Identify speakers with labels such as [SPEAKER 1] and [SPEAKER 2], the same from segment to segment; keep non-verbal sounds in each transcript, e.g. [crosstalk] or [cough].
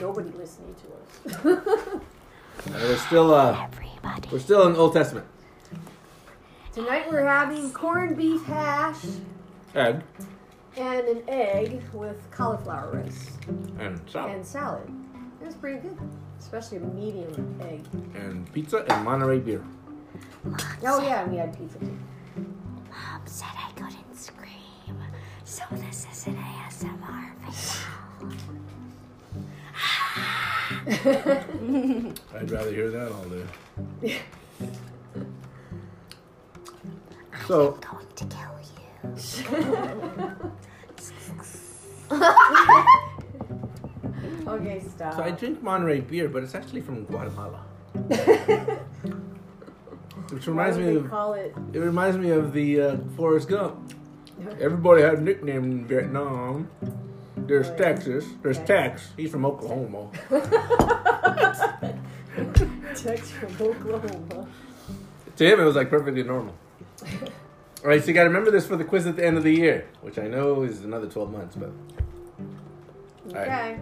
[SPEAKER 1] nobody listening to us.
[SPEAKER 2] we're still uh,
[SPEAKER 3] Everybody.
[SPEAKER 2] we're still in the Old Testament.
[SPEAKER 1] Tonight we're having corned beef hash
[SPEAKER 2] Egg
[SPEAKER 1] and an egg with cauliflower rice
[SPEAKER 2] and salad
[SPEAKER 1] and salad. It was pretty good, especially a medium egg.
[SPEAKER 2] and pizza and Monterey beer.
[SPEAKER 1] Oh yeah, and we had pizza too.
[SPEAKER 3] Mom said I couldn't scream, so this is an ASMR video.
[SPEAKER 2] I'd rather hear that all day. So
[SPEAKER 3] I'm going to kill you.
[SPEAKER 1] okay, stop.
[SPEAKER 2] so I drink Monterey beer, but it's actually
[SPEAKER 1] [laughs]
[SPEAKER 2] from Guatemala,
[SPEAKER 1] Why
[SPEAKER 2] which reminds
[SPEAKER 1] would
[SPEAKER 2] me
[SPEAKER 1] they
[SPEAKER 2] of
[SPEAKER 1] call it
[SPEAKER 2] It reminds me of the uh, Forrest Gump. Everybody had a nickname in Vietnam. There's
[SPEAKER 1] Oh, yeah.
[SPEAKER 2] Texas. There's
[SPEAKER 1] Tex.
[SPEAKER 2] Tex. He's from Oklahoma.
[SPEAKER 1] Tex from Oklahoma.
[SPEAKER 2] to him, it was like perfectly normal. All right, so you got to remember this for the quiz at the end of the year, which I know is another 12 months. But
[SPEAKER 1] Okay.
[SPEAKER 2] right.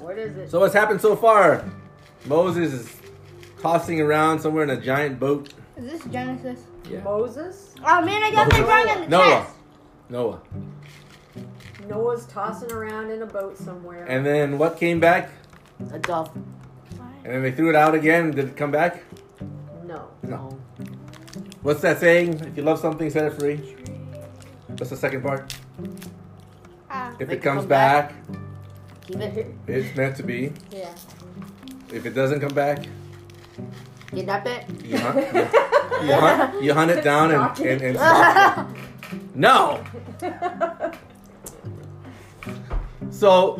[SPEAKER 1] What is it?
[SPEAKER 2] so what's happened so far? Moses is tossing around somewhere in a giant boat.
[SPEAKER 4] [laughs] Is this Genesis?
[SPEAKER 2] Yeah.
[SPEAKER 1] Moses?
[SPEAKER 4] Oh man, I got that wrong on the
[SPEAKER 2] Noah.
[SPEAKER 4] test.
[SPEAKER 2] Noah.
[SPEAKER 1] Noah's tossing around in a boat somewhere.
[SPEAKER 2] And then what came back?
[SPEAKER 5] A dove.
[SPEAKER 2] And then they threw it out again. Did it come back?
[SPEAKER 1] no.
[SPEAKER 2] No.
[SPEAKER 5] Oh,
[SPEAKER 2] What's that saying? If you love something, set it free. What's the second part?
[SPEAKER 4] Ah,
[SPEAKER 2] If
[SPEAKER 5] Make
[SPEAKER 2] it
[SPEAKER 5] it
[SPEAKER 2] comes
[SPEAKER 5] come
[SPEAKER 2] back,
[SPEAKER 5] back. Keep it.
[SPEAKER 2] it's meant to be.
[SPEAKER 1] yeah.
[SPEAKER 2] If it doesn't come back,
[SPEAKER 5] Kidnap it.
[SPEAKER 2] you hunt, you, you hunt, you hunt it down and, and, and smash it. [laughs] no. So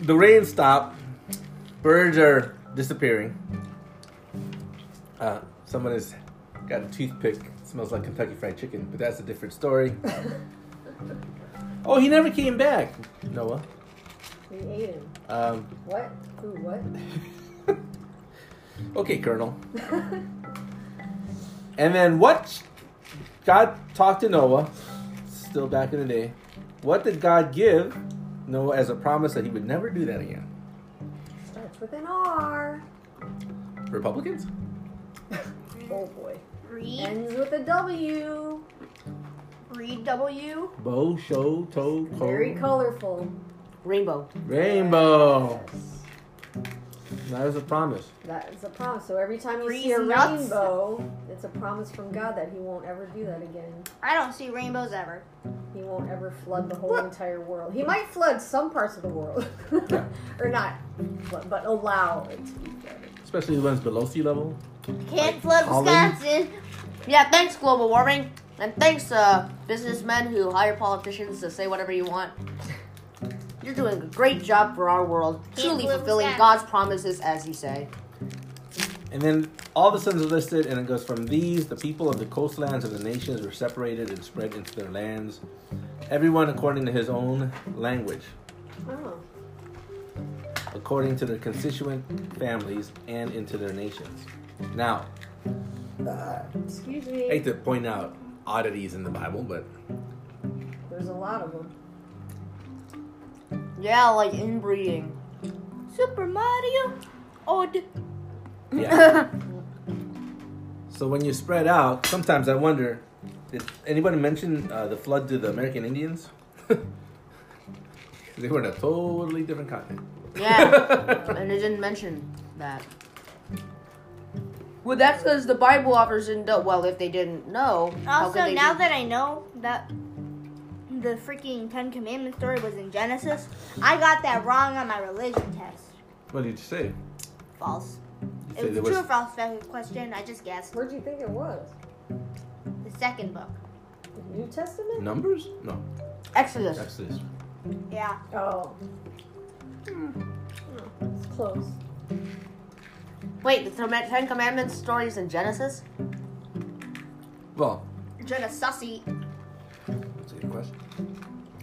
[SPEAKER 2] the rain stopped. Birds are disappearing. Uh, someone has got a toothpick. It smells like Kentucky Fried Chicken, but that's a different story. oh, he never came back, Noah.
[SPEAKER 1] We ate him.
[SPEAKER 2] Um,
[SPEAKER 1] What? Who? What?
[SPEAKER 2] Okay, Colonel. and then what? God talked to Noah, still back in the day. What did God give Noah as a promise that he would never do that again?
[SPEAKER 1] Starts with an R.
[SPEAKER 2] Republicans?
[SPEAKER 1] Oh boy.
[SPEAKER 4] read,
[SPEAKER 1] Ends with a W.
[SPEAKER 4] read W.
[SPEAKER 2] Bo, show, toe, co.
[SPEAKER 1] Very colorful.
[SPEAKER 5] Rainbow.
[SPEAKER 2] Rainbow.
[SPEAKER 1] Yes.
[SPEAKER 2] That was a promise.
[SPEAKER 1] That is a promise. So every time you see a
[SPEAKER 4] Freeze nuts.
[SPEAKER 1] rainbow, it's a promise from God that He won't ever do that again.
[SPEAKER 4] I don't see rainbows ever.
[SPEAKER 1] He won't ever flood the whole entire world. He might flood some parts of the world,
[SPEAKER 2] Yeah.
[SPEAKER 1] [laughs] or not, flood, but allow it to be flooded.
[SPEAKER 2] Especially the ones below sea level.
[SPEAKER 5] Can't flood
[SPEAKER 2] Holland?
[SPEAKER 5] Wisconsin. Yeah, thanks global warming, and thanks uh, businessmen who hire politicians to say whatever you want. You're doing a great job for our world, truly
[SPEAKER 4] flood
[SPEAKER 5] fulfilling
[SPEAKER 4] Wisconsin.
[SPEAKER 5] God's promises as you say.
[SPEAKER 2] And then all the sons are listed, and it goes from these the people of the coastlands of the nations were separated and spread into their lands, everyone according to his own language.
[SPEAKER 1] Oh,
[SPEAKER 2] according to their constituent families and into their nations. Now,
[SPEAKER 1] excuse
[SPEAKER 2] I
[SPEAKER 1] me.
[SPEAKER 2] hate to point out oddities in the Bible, but
[SPEAKER 1] There's a lot of them.
[SPEAKER 5] Yeah, like inbreeding.
[SPEAKER 4] Super Mario. Odd.
[SPEAKER 2] yeah. so when you spread out, sometimes I wonder did anybody mention uh, the flood to the American Indians? [laughs] they were in a totally different continent.
[SPEAKER 5] Yeah, and it didn't mention that. Well, that's because the Bible offers in well, if they didn't know. how could
[SPEAKER 4] Also,
[SPEAKER 5] they
[SPEAKER 4] now
[SPEAKER 5] do-
[SPEAKER 4] that I know that the freaking Ten Commandments story was in Genesis, I got that wrong on my religion test.
[SPEAKER 2] [laughs] what did you say? You
[SPEAKER 4] False.
[SPEAKER 2] say
[SPEAKER 4] It
[SPEAKER 2] there
[SPEAKER 4] was a true or
[SPEAKER 2] was-
[SPEAKER 4] false fact question. I just guessed.
[SPEAKER 1] Where'd you think it was?
[SPEAKER 4] The second book.
[SPEAKER 1] The New Testament?
[SPEAKER 2] numbers? No,
[SPEAKER 5] Exodus.
[SPEAKER 2] that's this.
[SPEAKER 4] Yeah.
[SPEAKER 1] Oh. Oh, It's close.
[SPEAKER 5] Wait, the Tem- Ten Commandments stories in Genesis?
[SPEAKER 2] Well,
[SPEAKER 4] Genesis.
[SPEAKER 2] that's a good question.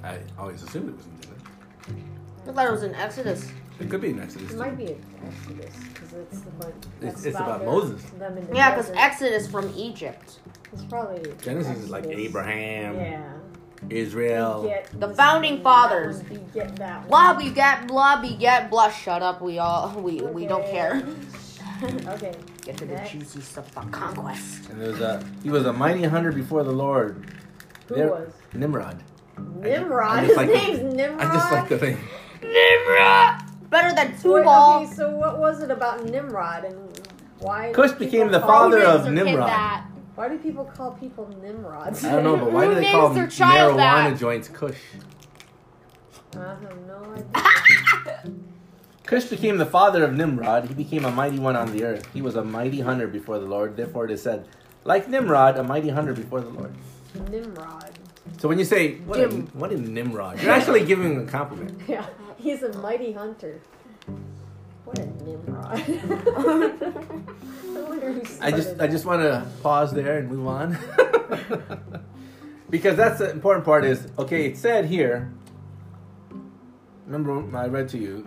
[SPEAKER 2] I always assumed it was in Genesis.
[SPEAKER 5] I thought it was in Exodus.
[SPEAKER 2] It could be in Exodus.
[SPEAKER 1] It
[SPEAKER 2] too.
[SPEAKER 1] might be an Exodus because it's the one.
[SPEAKER 2] It's-
[SPEAKER 1] that's
[SPEAKER 2] it's about
[SPEAKER 1] their-
[SPEAKER 2] Moses.
[SPEAKER 1] Them in the
[SPEAKER 5] Yeah, because
[SPEAKER 1] desert.
[SPEAKER 5] Exodus from Egypt.
[SPEAKER 1] It's probably
[SPEAKER 2] Genesis is like Oh.
[SPEAKER 1] Exodus.
[SPEAKER 2] Abraham.
[SPEAKER 1] Yeah.
[SPEAKER 2] Israel.
[SPEAKER 1] Beget
[SPEAKER 5] The
[SPEAKER 1] this one, that
[SPEAKER 5] founding fathers.
[SPEAKER 1] one, Beget that one.
[SPEAKER 5] Blah beget, blah beget, blah. Shut up, we all, [laughs] we, we don't
[SPEAKER 4] [laughs]
[SPEAKER 5] care.
[SPEAKER 1] [laughs] Okay.
[SPEAKER 5] Get to the
[SPEAKER 1] Next.
[SPEAKER 5] juicy stuff about conquest.
[SPEAKER 2] And there's a he was a mighty hunter before the Lord.
[SPEAKER 1] Who
[SPEAKER 2] There-
[SPEAKER 1] was?
[SPEAKER 2] Nimrod.
[SPEAKER 1] Nimrod.
[SPEAKER 2] I
[SPEAKER 1] His
[SPEAKER 2] just like-
[SPEAKER 1] name's Nimrod.
[SPEAKER 2] I just like the thing.
[SPEAKER 5] Nimrod! Better than
[SPEAKER 1] Wait,
[SPEAKER 5] Tubal.
[SPEAKER 1] okay, so what was it about Nimrod and why?
[SPEAKER 2] Cush
[SPEAKER 1] did
[SPEAKER 2] became
[SPEAKER 1] people
[SPEAKER 2] the
[SPEAKER 1] call-
[SPEAKER 2] father of
[SPEAKER 6] Who names their kid
[SPEAKER 2] Nimrod.
[SPEAKER 6] that?
[SPEAKER 1] Why do people call people Nimrods?
[SPEAKER 2] I don't know, but why
[SPEAKER 6] Who
[SPEAKER 2] do they
[SPEAKER 6] names
[SPEAKER 2] call
[SPEAKER 6] their
[SPEAKER 2] marijuana
[SPEAKER 6] child that?
[SPEAKER 2] joints Kush?
[SPEAKER 1] [laughs] I have no idea.
[SPEAKER 2] Cush became the father of Nimrod. He became a mighty one on the earth. He was a mighty hunter before the Lord. Therefore, it is said, like Nimrod, a mighty hunter before the Lord.
[SPEAKER 1] Nimrod.
[SPEAKER 2] So when you say, what, a,
[SPEAKER 5] Dim.
[SPEAKER 2] what a Nimrod, you're actually giving him a compliment.
[SPEAKER 1] Yeah, he's a mighty hunter. What a Nimrod. [laughs] I wonder who
[SPEAKER 2] I just,
[SPEAKER 1] started
[SPEAKER 2] I
[SPEAKER 1] that.
[SPEAKER 2] just want to pause there and move on. [laughs] because that's the important part is, okay, it said here, remember when I read to you,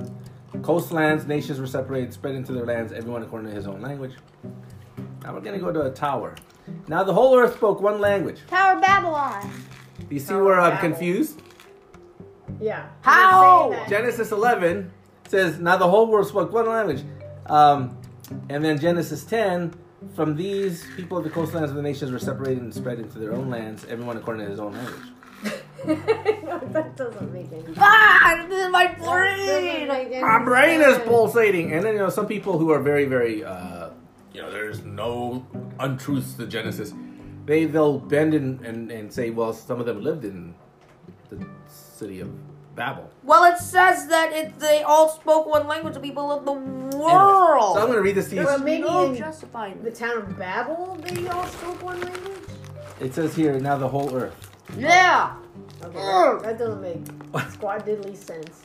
[SPEAKER 2] coastlands, nations were separated, spread into their lands, everyone according to his own language. Now we're going to go to a tower. Now the whole earth spoke one language.
[SPEAKER 4] Tower of Babylon.
[SPEAKER 2] You see
[SPEAKER 1] Tower
[SPEAKER 2] where
[SPEAKER 1] of
[SPEAKER 2] I'm
[SPEAKER 1] Babel.
[SPEAKER 2] confused?
[SPEAKER 1] Yeah.
[SPEAKER 5] How?
[SPEAKER 1] You're saying that-
[SPEAKER 2] Genesis 11 says, Now the whole world spoke one language. Um, and then Genesis 10, from these people of the coastlands of the nations were separated and spread into their own lands, everyone according to his own language.
[SPEAKER 1] no, [laughs] that doesn't make any
[SPEAKER 5] Ah, this is my
[SPEAKER 1] doesn't
[SPEAKER 5] brain.
[SPEAKER 1] make any
[SPEAKER 2] My brain is
[SPEAKER 1] sense.
[SPEAKER 2] pulsating. And then, you know, some people who are very, very, uh, you know, there's no untruths to Genesis. They, they'll bend and, and, and say, well, some of them lived in the city of Babel.
[SPEAKER 5] Well, it says that it, they all spoke one language, the people of the
[SPEAKER 2] Anyway, so I'm
[SPEAKER 5] world.
[SPEAKER 2] going to read this to you.
[SPEAKER 1] Well, maybe
[SPEAKER 5] no
[SPEAKER 1] in
[SPEAKER 5] justifying.
[SPEAKER 1] the town of Babel, they all spoke one language?
[SPEAKER 2] It says here, now the whole earth.
[SPEAKER 5] Yeah.
[SPEAKER 1] Okay,
[SPEAKER 5] Ugh.
[SPEAKER 1] that, that doesn't make squad diddly sense.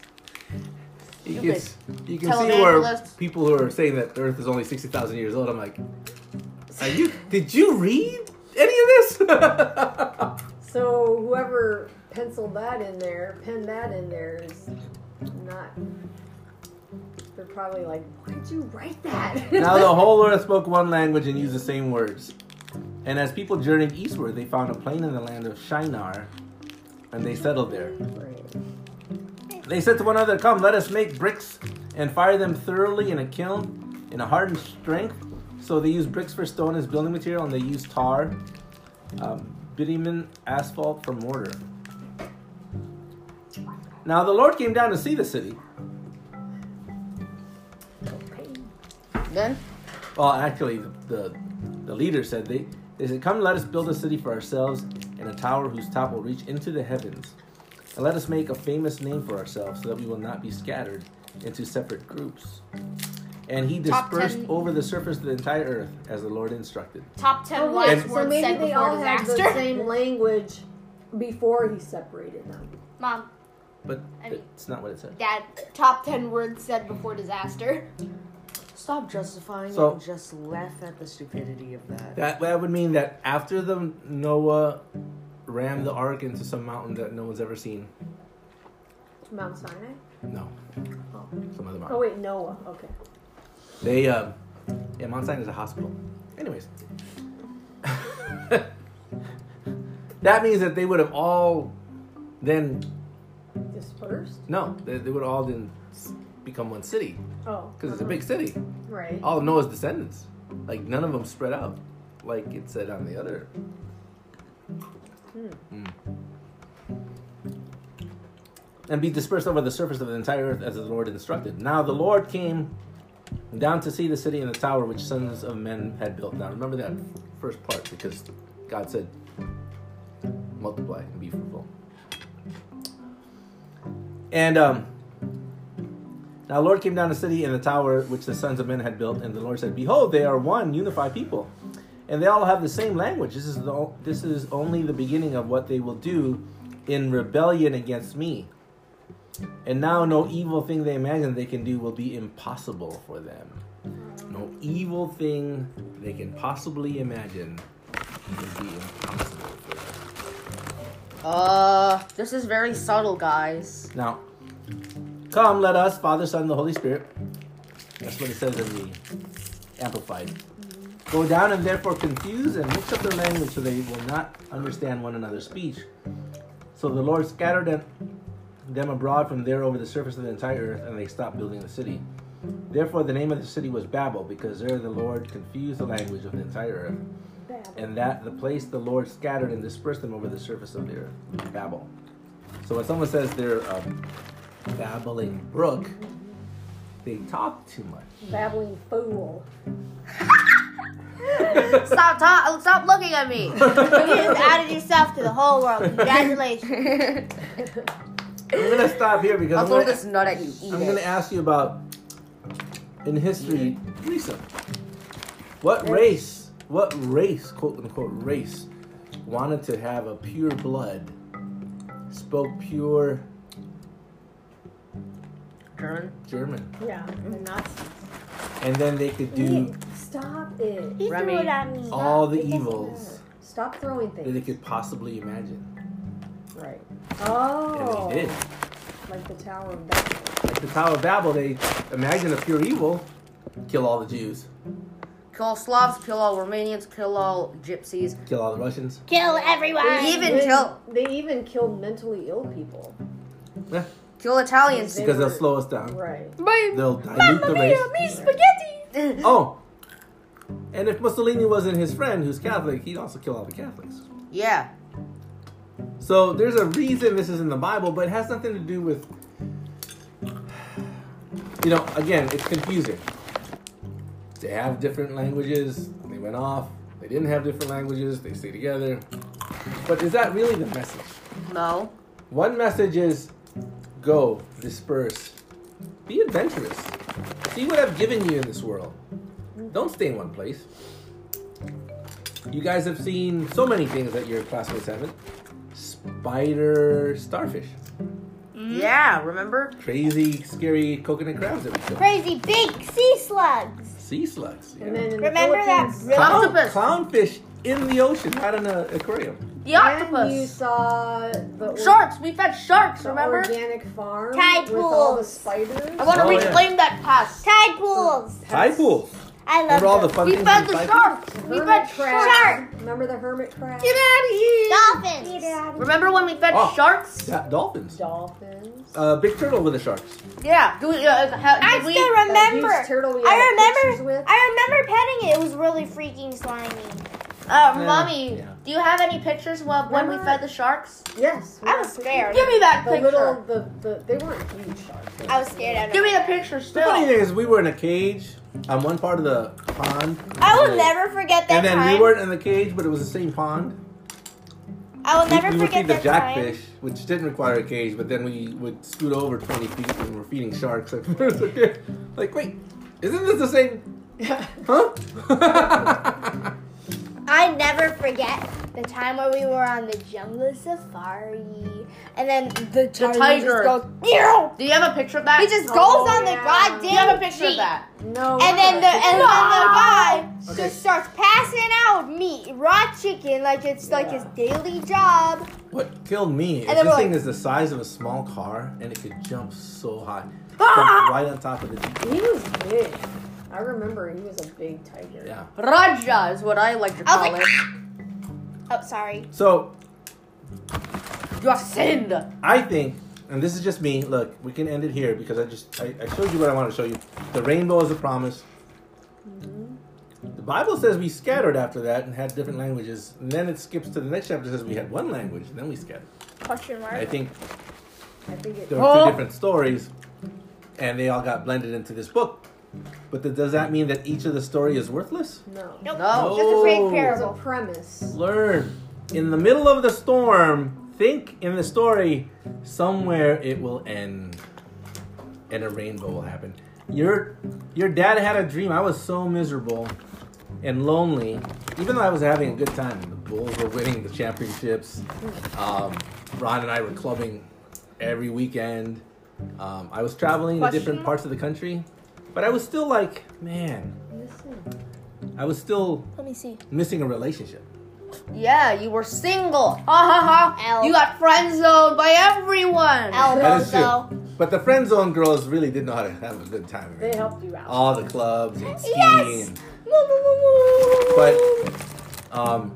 [SPEAKER 2] You
[SPEAKER 5] Okay.
[SPEAKER 2] can, s- you can see where
[SPEAKER 5] Televangelist.
[SPEAKER 2] people who are saying that the Earth is only sixty thousand years old. I'm like, are you? Did you read any of this?
[SPEAKER 1] So whoever penciled that in there, penned that in there is not. They're probably like, why did you write that? [laughs]
[SPEAKER 2] [laughs] now the whole Earth spoke one language and used the same words. And as people journeyed eastward, they found a plain in the land of Shinar, and they settled there. They said to one another, "Come, let us make bricks and fire them thoroughly in a kiln, in a hardened strength." So they used bricks for stone as building material, and they used tar, um, bitumen, asphalt for mortar. Now the Lord came down to see the city.
[SPEAKER 5] Then
[SPEAKER 2] Well, actually, the, the, the leader said they, they said, "Come, let us build a city for ourselves and a tower whose top will reach into the heavens, and let us make a famous name for ourselves, so that we will not be scattered into separate groups." And he
[SPEAKER 6] Top
[SPEAKER 2] dispersed
[SPEAKER 6] ten-
[SPEAKER 2] over the surface of the entire earth, as the Lord instructed.
[SPEAKER 6] Top ten
[SPEAKER 1] Oh,
[SPEAKER 6] wise
[SPEAKER 1] wait,
[SPEAKER 6] words
[SPEAKER 2] And-
[SPEAKER 1] so maybe
[SPEAKER 6] said
[SPEAKER 1] they
[SPEAKER 6] before
[SPEAKER 1] all had the
[SPEAKER 6] disaster.
[SPEAKER 1] same language before he separated them.
[SPEAKER 6] Mom,
[SPEAKER 2] But
[SPEAKER 6] I mean-
[SPEAKER 2] it's not what it said.
[SPEAKER 6] Dad, top ten words said before disaster.
[SPEAKER 5] stop justifying
[SPEAKER 2] So-
[SPEAKER 5] it and just laugh at the stupidity of that.
[SPEAKER 2] That that would mean that after the Noah rammed the ark into some mountain that no one's ever seen.
[SPEAKER 1] Mount Sinai?
[SPEAKER 2] No, some other mountain.
[SPEAKER 1] Oh, wait, Noah. Okay.
[SPEAKER 2] They, um, yeah, Mount Sinai is a hospital. Anyways, [laughs] that means that they would have all then
[SPEAKER 1] Dispersed?
[SPEAKER 2] no, they, they would all then s- become one city
[SPEAKER 1] Oh.
[SPEAKER 2] because it's a big Oh. city.
[SPEAKER 1] Right.
[SPEAKER 2] All of Noah's descendants, like none of them spread out, like it said on the other. Mm. And be dispersed over the surface of the entire earth as the Lord instructed. Now the Lord came down to see the city and the tower which sons of men had built. Now remember that first part because God said, multiply and be fruitful. And um, now the Lord came down to the city and the tower which the sons of men had built, and the Lord said, Behold, they are one unified people, and they all have the same language. This is the o- this is only the beginning of what they will do in rebellion against me. And now no evil thing they imagine they can do will be impossible for them. No evil thing they can possibly imagine will be impossible for them.
[SPEAKER 5] Uh, this is very subtle, guys.
[SPEAKER 2] Now, come, let us, Father, Son, and the Holy Spirit. That's what it says in the Amplified. Go down and therefore confuse and mix up their language so they will not understand one another's speech. So the Lord scattered them, them abroad from there over the surface of the entire earth, and they stopped building the city. Therefore, the name of the city was Babel, because there the Lord confused the language of the entire earth, and that the place the Lord scattered and dispersed them over the surface of the earth, Babel. So when someone says they're a babbling brook, they talk too [laughs] much.
[SPEAKER 1] Babbling fool.
[SPEAKER 5] Stop talk, Stop looking at me.
[SPEAKER 2] [laughs]
[SPEAKER 4] You just outed yourself to the whole world. Congratulations.
[SPEAKER 5] [laughs]
[SPEAKER 2] I'm gonna stop here because
[SPEAKER 5] I'll
[SPEAKER 2] I'm
[SPEAKER 5] throw
[SPEAKER 2] gonna,
[SPEAKER 5] this nut at you. Eat
[SPEAKER 2] I'm
[SPEAKER 5] it.
[SPEAKER 2] gonna ask you about in history, Lisa. What race? What race? Quote unquote race wanted to have a pure blood, spoke pure
[SPEAKER 5] German.
[SPEAKER 2] German,
[SPEAKER 1] Yeah, the Nazis.
[SPEAKER 2] and then they could do
[SPEAKER 1] Stop it.
[SPEAKER 4] He
[SPEAKER 5] Remy.
[SPEAKER 4] threw it at me.
[SPEAKER 2] all the evils
[SPEAKER 1] Stop throwing
[SPEAKER 2] that
[SPEAKER 1] things.
[SPEAKER 2] they could possibly imagine,
[SPEAKER 1] Right.
[SPEAKER 2] and
[SPEAKER 1] Oh.
[SPEAKER 2] they did.
[SPEAKER 1] Like the Tower of Babel.
[SPEAKER 2] At the Tower of Babel, they imagined a pure evil, kill all the Jews,
[SPEAKER 5] Kill all Slavs. Kill all Romanians. Kill all Gypsies.
[SPEAKER 2] kill all the Russians.
[SPEAKER 4] Kill everyone.
[SPEAKER 5] They even kill
[SPEAKER 1] They even killed mentally ill people.
[SPEAKER 2] Eh,
[SPEAKER 5] kill Italians.
[SPEAKER 1] They
[SPEAKER 2] because they'll
[SPEAKER 1] were-
[SPEAKER 2] slow us down.
[SPEAKER 1] Right.
[SPEAKER 2] They'll dilute the race.
[SPEAKER 5] Spaghetti.
[SPEAKER 2] Oh, and if Mussolini wasn't his friend, who's Catholic, he'd also kill all the Catholics.
[SPEAKER 5] yeah.
[SPEAKER 2] So there's a reason this is in the Bible, but it has nothing to do with. You know, again, it's confusing. They have different languages. They went off. They didn't have different languages. They stay together. But is that really the message?
[SPEAKER 5] No.
[SPEAKER 2] One message is go, disperse, be adventurous. See what I've given you in this world. Don't stay in one place. You guys have seen so many things that your classmates haven't. Spider starfish.
[SPEAKER 4] Hmm?
[SPEAKER 5] Yeah. Remember?
[SPEAKER 2] Crazy, scary coconut crabs that we killed.
[SPEAKER 4] Crazy big sea slugs.
[SPEAKER 2] Sea slugs. yeah.
[SPEAKER 1] And then in
[SPEAKER 4] Remember
[SPEAKER 1] the
[SPEAKER 4] that
[SPEAKER 1] Philippines,
[SPEAKER 4] really
[SPEAKER 2] Clown-
[SPEAKER 5] Octopus.
[SPEAKER 2] Clownfish in the ocean, not in an aquarium.
[SPEAKER 1] And
[SPEAKER 5] The
[SPEAKER 1] you
[SPEAKER 5] octopus.
[SPEAKER 1] saw the or-
[SPEAKER 5] Sharks. We fed sharks.
[SPEAKER 1] the
[SPEAKER 5] Remember?
[SPEAKER 1] organic farm
[SPEAKER 4] Tide
[SPEAKER 1] with all the
[SPEAKER 4] pools.
[SPEAKER 1] spiders.
[SPEAKER 5] I want to
[SPEAKER 2] Oh, yeah.
[SPEAKER 5] reclaim that past.
[SPEAKER 4] Tide pools.
[SPEAKER 2] Tide pools.
[SPEAKER 4] I love
[SPEAKER 2] Remember all the
[SPEAKER 4] them.
[SPEAKER 2] fun
[SPEAKER 5] We
[SPEAKER 2] things
[SPEAKER 5] fed
[SPEAKER 2] in
[SPEAKER 5] the
[SPEAKER 2] tide
[SPEAKER 5] sharks. We fed
[SPEAKER 1] Hermit
[SPEAKER 5] sharks.
[SPEAKER 1] crab. Remember the hermit crab?
[SPEAKER 4] Dolphins.
[SPEAKER 5] Remember when we fed
[SPEAKER 2] Oh.
[SPEAKER 5] sharks?
[SPEAKER 2] pools? Yeah, dolphins.
[SPEAKER 1] Dolphins.
[SPEAKER 2] Uh, big turtle with the sharks.
[SPEAKER 5] Yeah. Do we? Uh, ha,
[SPEAKER 4] I
[SPEAKER 5] did we-
[SPEAKER 4] still
[SPEAKER 1] That
[SPEAKER 4] remember.
[SPEAKER 1] huge turtle we
[SPEAKER 4] I
[SPEAKER 1] had
[SPEAKER 4] remember-
[SPEAKER 1] pictures with.
[SPEAKER 4] I remember petting it. It was really freaking slimy.
[SPEAKER 5] Uh,
[SPEAKER 2] Yeah,
[SPEAKER 5] mommy,
[SPEAKER 2] yeah.
[SPEAKER 5] do you have any pictures of when we
[SPEAKER 1] Remember-
[SPEAKER 5] fed the sharks?
[SPEAKER 1] Yes. we
[SPEAKER 4] I
[SPEAKER 1] had
[SPEAKER 4] was
[SPEAKER 1] pictures.
[SPEAKER 4] scared.
[SPEAKER 5] Give me that
[SPEAKER 1] The
[SPEAKER 5] picture.
[SPEAKER 1] little the, the they weren't huge sharks. they
[SPEAKER 4] I
[SPEAKER 1] were
[SPEAKER 4] was scared. I
[SPEAKER 5] Give me
[SPEAKER 4] know.
[SPEAKER 5] the picture
[SPEAKER 2] The funny
[SPEAKER 5] still.
[SPEAKER 2] thing is, we were in a cage on one part of the pond.
[SPEAKER 4] I will never forget that
[SPEAKER 2] And then
[SPEAKER 4] time.
[SPEAKER 2] we weren't in the cage, but it was the same pond.
[SPEAKER 4] I will
[SPEAKER 2] We-
[SPEAKER 4] never
[SPEAKER 2] we would
[SPEAKER 4] forget
[SPEAKER 2] feed the
[SPEAKER 4] that
[SPEAKER 2] jackfish,
[SPEAKER 4] time.
[SPEAKER 2] which didn't require a cage, but then we would scoot over 20 feet when we're feeding sharks. [laughs] Like, like, wait, isn't this the same? Huh?
[SPEAKER 4] I never forget the time where we were on the jungle safari, and then the tiger, just
[SPEAKER 5] tiger.
[SPEAKER 4] goes. "Meow."
[SPEAKER 5] Do you have a picture of that? Oh.
[SPEAKER 4] He just goes
[SPEAKER 1] Oh,
[SPEAKER 4] on
[SPEAKER 1] yeah.
[SPEAKER 4] the
[SPEAKER 5] Do you have a
[SPEAKER 4] goddamn
[SPEAKER 5] picture of
[SPEAKER 4] jeep.
[SPEAKER 5] that?
[SPEAKER 1] [laughs] No.
[SPEAKER 4] And then the and then the guy
[SPEAKER 2] Okay.
[SPEAKER 4] just starts passing out meat, raw chicken, like it's like his daily job.
[SPEAKER 2] [laughs] what killed me is
[SPEAKER 4] And then
[SPEAKER 2] this
[SPEAKER 4] we're
[SPEAKER 2] thing
[SPEAKER 4] like-
[SPEAKER 2] is the size of a small car, and it could jump so high. Jumped
[SPEAKER 5] Ah!
[SPEAKER 2] Right on top of the jeep.
[SPEAKER 1] he was big. I remember he was a big tiger.
[SPEAKER 2] Yeah.
[SPEAKER 5] Raja is what I like to
[SPEAKER 4] I
[SPEAKER 5] call
[SPEAKER 4] was like,
[SPEAKER 5] it.
[SPEAKER 4] Oh, sorry.
[SPEAKER 2] So
[SPEAKER 5] You have sinned.
[SPEAKER 2] I think, and this is just me. Look, we can end it here because I just I, I showed you what I wanted to show you. The rainbow is a promise. The Bible says we scattered after that and had different languages, and then it skips to the next chapter says we had one language and then we scattered.
[SPEAKER 4] Question mark.
[SPEAKER 2] I think
[SPEAKER 1] I think it
[SPEAKER 2] there were
[SPEAKER 5] Oh.
[SPEAKER 2] two different stories, and they all got blended into this book. But th- does that mean that each of the story is worthless?
[SPEAKER 1] no.
[SPEAKER 4] Nope.
[SPEAKER 5] No.
[SPEAKER 4] Just a
[SPEAKER 2] No.
[SPEAKER 4] fake
[SPEAKER 1] It was a
[SPEAKER 4] parable.
[SPEAKER 1] premise.
[SPEAKER 2] Learn. In the middle of the storm, think in the story, somewhere it will end. And a rainbow will happen. Your your dad had a dream. I was so miserable and lonely. Even though I was having a good time. The Bulls were winning the championships. Um, Ron and I were clubbing every weekend. Um, I was traveling to different
[SPEAKER 4] Question?
[SPEAKER 2] parts of the country. But I was still like, man,
[SPEAKER 1] Listen.
[SPEAKER 2] I was still
[SPEAKER 4] Let me see.
[SPEAKER 2] missing a relationship.
[SPEAKER 5] Yeah, you were single. Ha ha ha.
[SPEAKER 4] Ow.
[SPEAKER 5] You got friend zoned by everyone.
[SPEAKER 2] That
[SPEAKER 4] Elbow
[SPEAKER 2] is
[SPEAKER 4] though.
[SPEAKER 2] true. But the friend zone girls really did know how to have a good time.
[SPEAKER 1] They
[SPEAKER 2] Right?
[SPEAKER 1] helped you out.
[SPEAKER 2] All the clubs and skiing.
[SPEAKER 4] Yes. Woo, woo, woo, woo.
[SPEAKER 2] But um,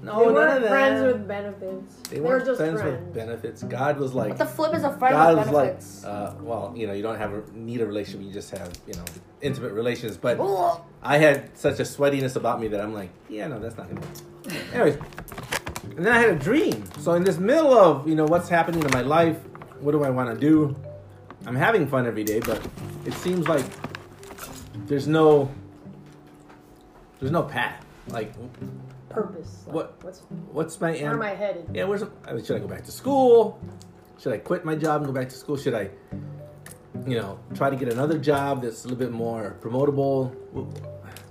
[SPEAKER 1] they
[SPEAKER 2] No,
[SPEAKER 1] weren't
[SPEAKER 2] none of that.
[SPEAKER 1] friends with benefits.
[SPEAKER 2] they weren't
[SPEAKER 1] just
[SPEAKER 2] friends with
[SPEAKER 1] friends.
[SPEAKER 2] benefits. God was like,
[SPEAKER 5] What the flip is a friend
[SPEAKER 2] God
[SPEAKER 5] with
[SPEAKER 2] was like,
[SPEAKER 5] benefits?
[SPEAKER 2] uh, well, you know, you don't have a, need a relationship. You just have, you know, intimate relations. But
[SPEAKER 5] Ugh.
[SPEAKER 2] I had such a sweatiness about me that I'm like, yeah, no, that's not gonna. work. Anyways, and then I had a dream. So in this middle of you know what's happening in my life, what do I want to do? I'm having fun every day, but it seems like there's no there's no path. Like,
[SPEAKER 1] Purpose. Like,
[SPEAKER 2] What-
[SPEAKER 1] What's
[SPEAKER 2] what's my
[SPEAKER 1] where
[SPEAKER 2] end?
[SPEAKER 1] am I headed?
[SPEAKER 2] yeah, where's I mean, should I go back to school? Should I quit my job and go back to school? Should I, you know, try to get another job that's a little bit more promotable?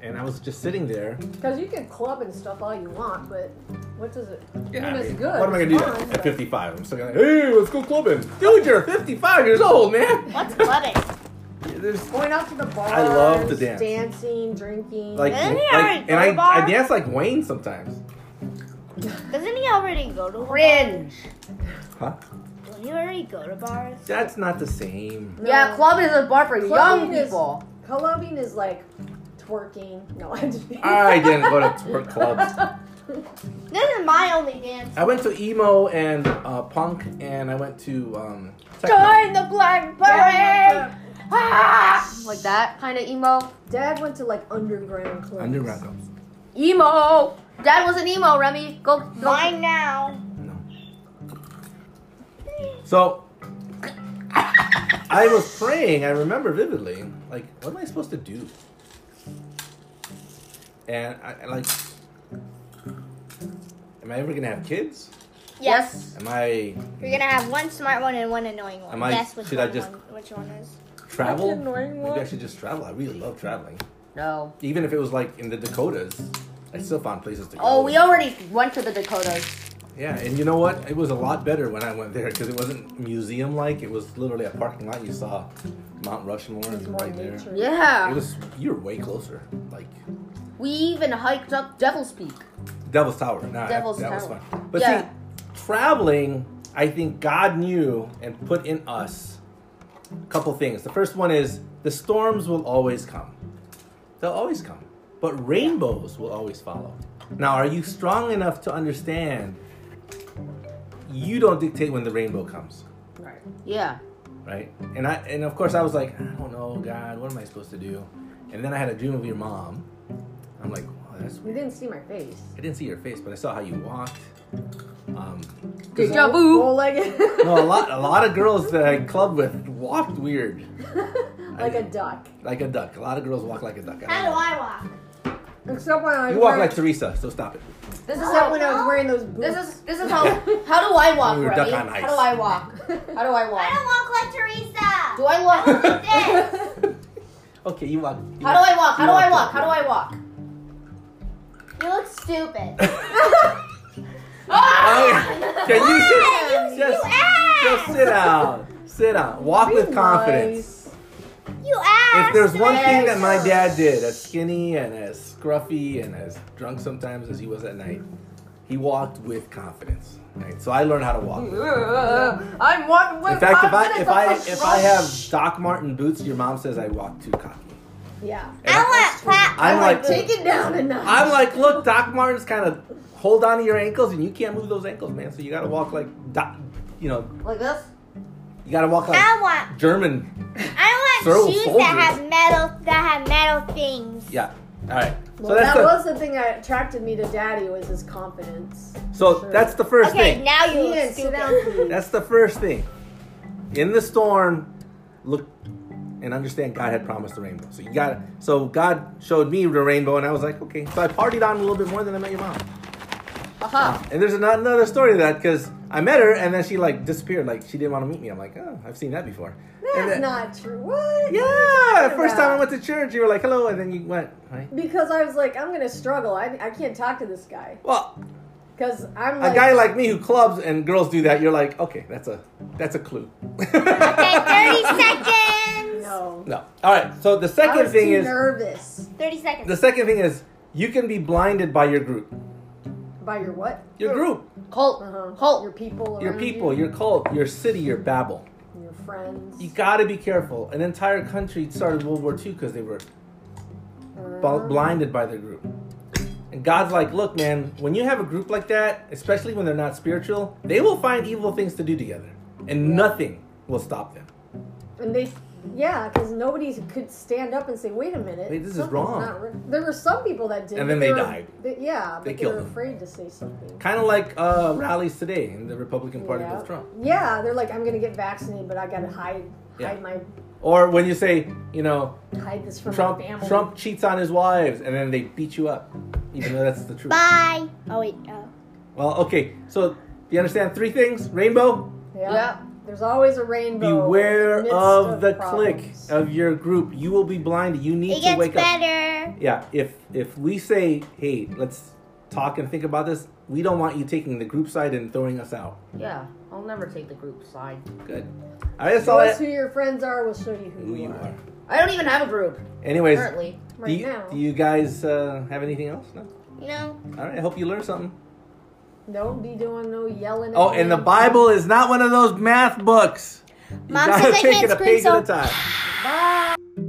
[SPEAKER 2] And I was just sitting there.
[SPEAKER 1] Because you can club and stuff all you want, but what does it?
[SPEAKER 2] Yeah,
[SPEAKER 1] I mean, it's
[SPEAKER 2] mean,
[SPEAKER 1] good.
[SPEAKER 2] What am I
[SPEAKER 1] it's
[SPEAKER 2] gonna do
[SPEAKER 1] fun,
[SPEAKER 2] at
[SPEAKER 1] but-
[SPEAKER 2] 55? I'm still gonna, hey, let's go clubbing, dude. You're 55 years old, man.
[SPEAKER 4] What's flooding?
[SPEAKER 2] There's-
[SPEAKER 1] Going out to the bar.
[SPEAKER 2] I love to dance.
[SPEAKER 1] Dancing, drinking.
[SPEAKER 2] like,
[SPEAKER 4] Didn't he
[SPEAKER 2] like-
[SPEAKER 4] already
[SPEAKER 2] and I,
[SPEAKER 4] go to bar?
[SPEAKER 2] I dance like Wayne sometimes.
[SPEAKER 4] Doesn't he already go to
[SPEAKER 5] Cringe.
[SPEAKER 2] Huh?
[SPEAKER 4] Don't you already go to bars?
[SPEAKER 2] That's not the same.
[SPEAKER 1] No.
[SPEAKER 5] Yeah, club is a bar for
[SPEAKER 1] Clubbing
[SPEAKER 5] young
[SPEAKER 1] is-
[SPEAKER 5] people.
[SPEAKER 1] Clubbing is like twerking. No, I just.
[SPEAKER 2] I didn't
[SPEAKER 1] [laughs]
[SPEAKER 2] go to twerk clubs.
[SPEAKER 4] This is my only dance.
[SPEAKER 2] I went to emo and uh, punk, and I went to um, techno.
[SPEAKER 5] Join the black parade. Ah! Like that kind of emo.
[SPEAKER 1] Dad went to like underground clubs.
[SPEAKER 2] underground clubs.
[SPEAKER 5] Emo. Dad was an emo. Remy, go. go-
[SPEAKER 4] Mine now.
[SPEAKER 2] No. So I was praying. I remember vividly. Like, what am I supposed to do? And I I like, am I ever gonna have kids?
[SPEAKER 5] Yes.
[SPEAKER 2] Am I
[SPEAKER 4] You're gonna have one smart one and one annoying one.
[SPEAKER 2] Am I-
[SPEAKER 4] Guess which
[SPEAKER 2] should I
[SPEAKER 4] one,
[SPEAKER 2] just-
[SPEAKER 4] one- which one is?
[SPEAKER 2] travel?
[SPEAKER 1] That's an annoying
[SPEAKER 2] Maybe I
[SPEAKER 1] one.
[SPEAKER 2] should just travel. I really love traveling.
[SPEAKER 5] No.
[SPEAKER 2] Even if it was like in the Dakotas, I still found places to go.
[SPEAKER 5] Oh, we already went to the Dakotas.
[SPEAKER 2] Yeah, and you know what? It was a lot better when I went there because it wasn't museum like. It was literally a parking lot. You saw Mount Rushmore
[SPEAKER 1] It's
[SPEAKER 2] and
[SPEAKER 1] more
[SPEAKER 2] right there.
[SPEAKER 1] nature.
[SPEAKER 2] It
[SPEAKER 5] Yeah.
[SPEAKER 2] was you were way closer. Like
[SPEAKER 5] We even hiked up Devil's Peak.
[SPEAKER 2] Devil's Tower. Nah, that-
[SPEAKER 5] Devil's
[SPEAKER 2] that,
[SPEAKER 5] Tower.
[SPEAKER 2] was fun. But
[SPEAKER 5] Yeah.
[SPEAKER 2] see, traveling, I think God knew and put in us a couple things. The first one is the storms will always come. They'll always come. But rainbows will always follow. Now, are you strong enough to understand you don't dictate when the rainbow comes?
[SPEAKER 1] Right.
[SPEAKER 5] Yeah.
[SPEAKER 2] right? And I and of course I was like, I don't know, God, what am I supposed to do? And then I had a dream of your mom. I'm like, wow, that's
[SPEAKER 1] You
[SPEAKER 2] weird.
[SPEAKER 1] didn't see my face.
[SPEAKER 2] I didn't see your face, but I saw how you walked. Um,
[SPEAKER 5] Deja vu.
[SPEAKER 1] Bow-legged.
[SPEAKER 2] no, a
[SPEAKER 1] [laughs]
[SPEAKER 2] lot, a lot of girls that I clubbed with walked weird,
[SPEAKER 1] like a duck.
[SPEAKER 2] like a duck. A lot of girls walk like a duck. I don't
[SPEAKER 4] How do
[SPEAKER 2] know.
[SPEAKER 4] I walk?
[SPEAKER 1] Except when I
[SPEAKER 2] You
[SPEAKER 1] was
[SPEAKER 2] walk
[SPEAKER 1] wearing,
[SPEAKER 2] like Teresa, so stop it.
[SPEAKER 5] This
[SPEAKER 1] [laughs]
[SPEAKER 5] is
[SPEAKER 1] except
[SPEAKER 5] how
[SPEAKER 1] when I was wearing those boots.
[SPEAKER 5] Oh, This is this is how how do
[SPEAKER 2] [laughs]
[SPEAKER 5] I walk,
[SPEAKER 2] We were
[SPEAKER 5] Remy?
[SPEAKER 2] duck on
[SPEAKER 5] How do
[SPEAKER 2] ice.
[SPEAKER 5] I walk? How do I walk?
[SPEAKER 4] I don't walk like Teresa.
[SPEAKER 5] Do I walk?
[SPEAKER 4] [laughs]
[SPEAKER 2] okay, you walk. you
[SPEAKER 5] How do I walk? How do I
[SPEAKER 2] You
[SPEAKER 5] walk?
[SPEAKER 2] walk
[SPEAKER 5] How do I walk?
[SPEAKER 4] You look stupid.
[SPEAKER 2] [laughs] Oh, Can you sit? Just, just sit down. Sit down. Walk
[SPEAKER 1] Be
[SPEAKER 2] with confidence.
[SPEAKER 1] nice.
[SPEAKER 4] You ass.
[SPEAKER 2] If there's [laughs] one thing that my dad did, as skinny and as scruffy and as drunk sometimes as he was at night, he walked with confidence. Right? So I learned how to walk.
[SPEAKER 5] [laughs]
[SPEAKER 2] With confidence.
[SPEAKER 1] I'm one with
[SPEAKER 2] In fact, if I
[SPEAKER 1] confidence
[SPEAKER 2] if
[SPEAKER 1] of
[SPEAKER 2] I
[SPEAKER 1] my
[SPEAKER 2] if I
[SPEAKER 1] strong-
[SPEAKER 2] have Doc Martin boots, your mom says I walk too cocky.
[SPEAKER 1] yeah,
[SPEAKER 2] And I'm like,
[SPEAKER 1] take it down a notch.
[SPEAKER 2] I'm like, look, Doc Martin's kind of hold on to your ankles, and you can't move those ankles, man. So you gotta walk like Doc, you know,
[SPEAKER 5] Like this?
[SPEAKER 2] you gotta walk like
[SPEAKER 4] I want.
[SPEAKER 2] German.
[SPEAKER 4] I
[SPEAKER 2] Throw
[SPEAKER 4] want shoes
[SPEAKER 2] soldiers.
[SPEAKER 4] that have metal that have metal things.
[SPEAKER 2] Yeah. All right.
[SPEAKER 1] well,
[SPEAKER 2] so
[SPEAKER 1] that
[SPEAKER 2] that's the,
[SPEAKER 1] was the thing that attracted me to Daddy was his confidence.
[SPEAKER 2] so that's the first
[SPEAKER 4] Okay,
[SPEAKER 2] thing.
[SPEAKER 4] now you
[SPEAKER 1] Ian,
[SPEAKER 4] look
[SPEAKER 1] sit
[SPEAKER 4] stupid.
[SPEAKER 1] down, please.
[SPEAKER 2] That's the first thing. In the storm, look and understand God had promised the rainbow. So you got to So God showed me the rainbow, and I was like, okay. So I partied on a little bit more than I met your mom.
[SPEAKER 5] Aha.
[SPEAKER 2] And there's ano- another story to that because I met her, and then she like disappeared. Like she didn't want to meet me. I'm like, oh, I've seen that before.
[SPEAKER 1] That's
[SPEAKER 2] and then,
[SPEAKER 1] not true. What?
[SPEAKER 2] Yeah, first time I
[SPEAKER 1] about?
[SPEAKER 2] went to church, you were like, hello, and then you went. Right?
[SPEAKER 1] Because I was like, I'm gonna struggle. I, I can't talk to this guy
[SPEAKER 2] Well,
[SPEAKER 1] because I'm
[SPEAKER 2] a
[SPEAKER 1] like,
[SPEAKER 2] guy like me who clubs and girls do that, you're like, okay, that's a that's a clue.
[SPEAKER 4] [laughs]
[SPEAKER 2] [laughs]
[SPEAKER 4] Okay, 30 seconds.
[SPEAKER 1] no.
[SPEAKER 2] No. All right. So the
[SPEAKER 1] I
[SPEAKER 2] second
[SPEAKER 1] was
[SPEAKER 2] thing
[SPEAKER 1] too
[SPEAKER 2] is.
[SPEAKER 1] nervous
[SPEAKER 4] 30 seconds.
[SPEAKER 2] The second thing is you can be blinded by your group.
[SPEAKER 1] by your what?
[SPEAKER 2] Your group,
[SPEAKER 5] Cult.
[SPEAKER 1] Uh-huh. Your
[SPEAKER 5] Cult.
[SPEAKER 1] people.
[SPEAKER 2] your
[SPEAKER 1] around you,
[SPEAKER 2] people, your cult, your city, your babble.
[SPEAKER 1] Your friends.
[SPEAKER 2] You gotta be careful. An entire country started World War II because they were
[SPEAKER 1] Uh,
[SPEAKER 2] b- blinded by their group. And God's like, look, man, when you have a group like that, especially when they're not spiritual, they will find evil things to do together, and nothing will stop them.
[SPEAKER 1] And they, yeah, because nobody could stand up and say, "Wait a minute,
[SPEAKER 2] Wait, this is
[SPEAKER 1] something's
[SPEAKER 2] wrong."
[SPEAKER 1] not right." There were some people that did,
[SPEAKER 2] And
[SPEAKER 1] but
[SPEAKER 2] then they
[SPEAKER 1] were-
[SPEAKER 2] died.
[SPEAKER 1] they- yeah,
[SPEAKER 2] They
[SPEAKER 1] but they were
[SPEAKER 2] killed them.
[SPEAKER 1] afraid to say something.
[SPEAKER 2] Kind of like uh, rallies today in the Republican Party
[SPEAKER 1] yeah.
[SPEAKER 2] with Trump.
[SPEAKER 1] Yeah, they're like, "I'm gonna get vaccinated, but I gotta hide,
[SPEAKER 2] Yeah.
[SPEAKER 1] hide my,
[SPEAKER 2] Or when you say, you know,
[SPEAKER 1] hide this from
[SPEAKER 2] Trump
[SPEAKER 1] my family."
[SPEAKER 2] Trump cheats on his wives, and then they beat you up, even though that's the truth.
[SPEAKER 4] Bye. Oh wait. Oh.
[SPEAKER 2] Well, okay, so you understand three things: rainbow,
[SPEAKER 1] Yeah.
[SPEAKER 5] Yeah.
[SPEAKER 1] There's always a rainbow. in
[SPEAKER 2] beware
[SPEAKER 1] the midst
[SPEAKER 2] of, the clique
[SPEAKER 1] problems.
[SPEAKER 2] of your group. You will be blinded. You need
[SPEAKER 4] It
[SPEAKER 2] to
[SPEAKER 4] gets
[SPEAKER 2] wake up.
[SPEAKER 4] better.
[SPEAKER 2] Yeah, if if we say, hey, let's talk and think about this, we don't want you taking the group side and throwing us out.
[SPEAKER 5] Yeah, I'll never take the group side.
[SPEAKER 2] Good. All right, that's all.
[SPEAKER 1] Show us
[SPEAKER 2] I,
[SPEAKER 1] who your friends are. We'll show you who,
[SPEAKER 2] who you are.
[SPEAKER 5] I don't even have a group
[SPEAKER 2] Anyways,
[SPEAKER 5] currently.
[SPEAKER 2] do,
[SPEAKER 1] Right
[SPEAKER 2] you,
[SPEAKER 1] now,
[SPEAKER 2] do you guys uh, have anything else? No.
[SPEAKER 4] No.
[SPEAKER 2] All right. I hope you learned something.
[SPEAKER 1] don't be doing no yelling.
[SPEAKER 2] Oh,
[SPEAKER 1] at
[SPEAKER 2] and the
[SPEAKER 1] me.
[SPEAKER 2] Bible is not one of those math books. You
[SPEAKER 4] Mom
[SPEAKER 2] gotta
[SPEAKER 4] says I
[SPEAKER 2] take
[SPEAKER 4] can't
[SPEAKER 2] it a
[SPEAKER 4] scream,
[SPEAKER 2] page
[SPEAKER 4] so-
[SPEAKER 2] at a time.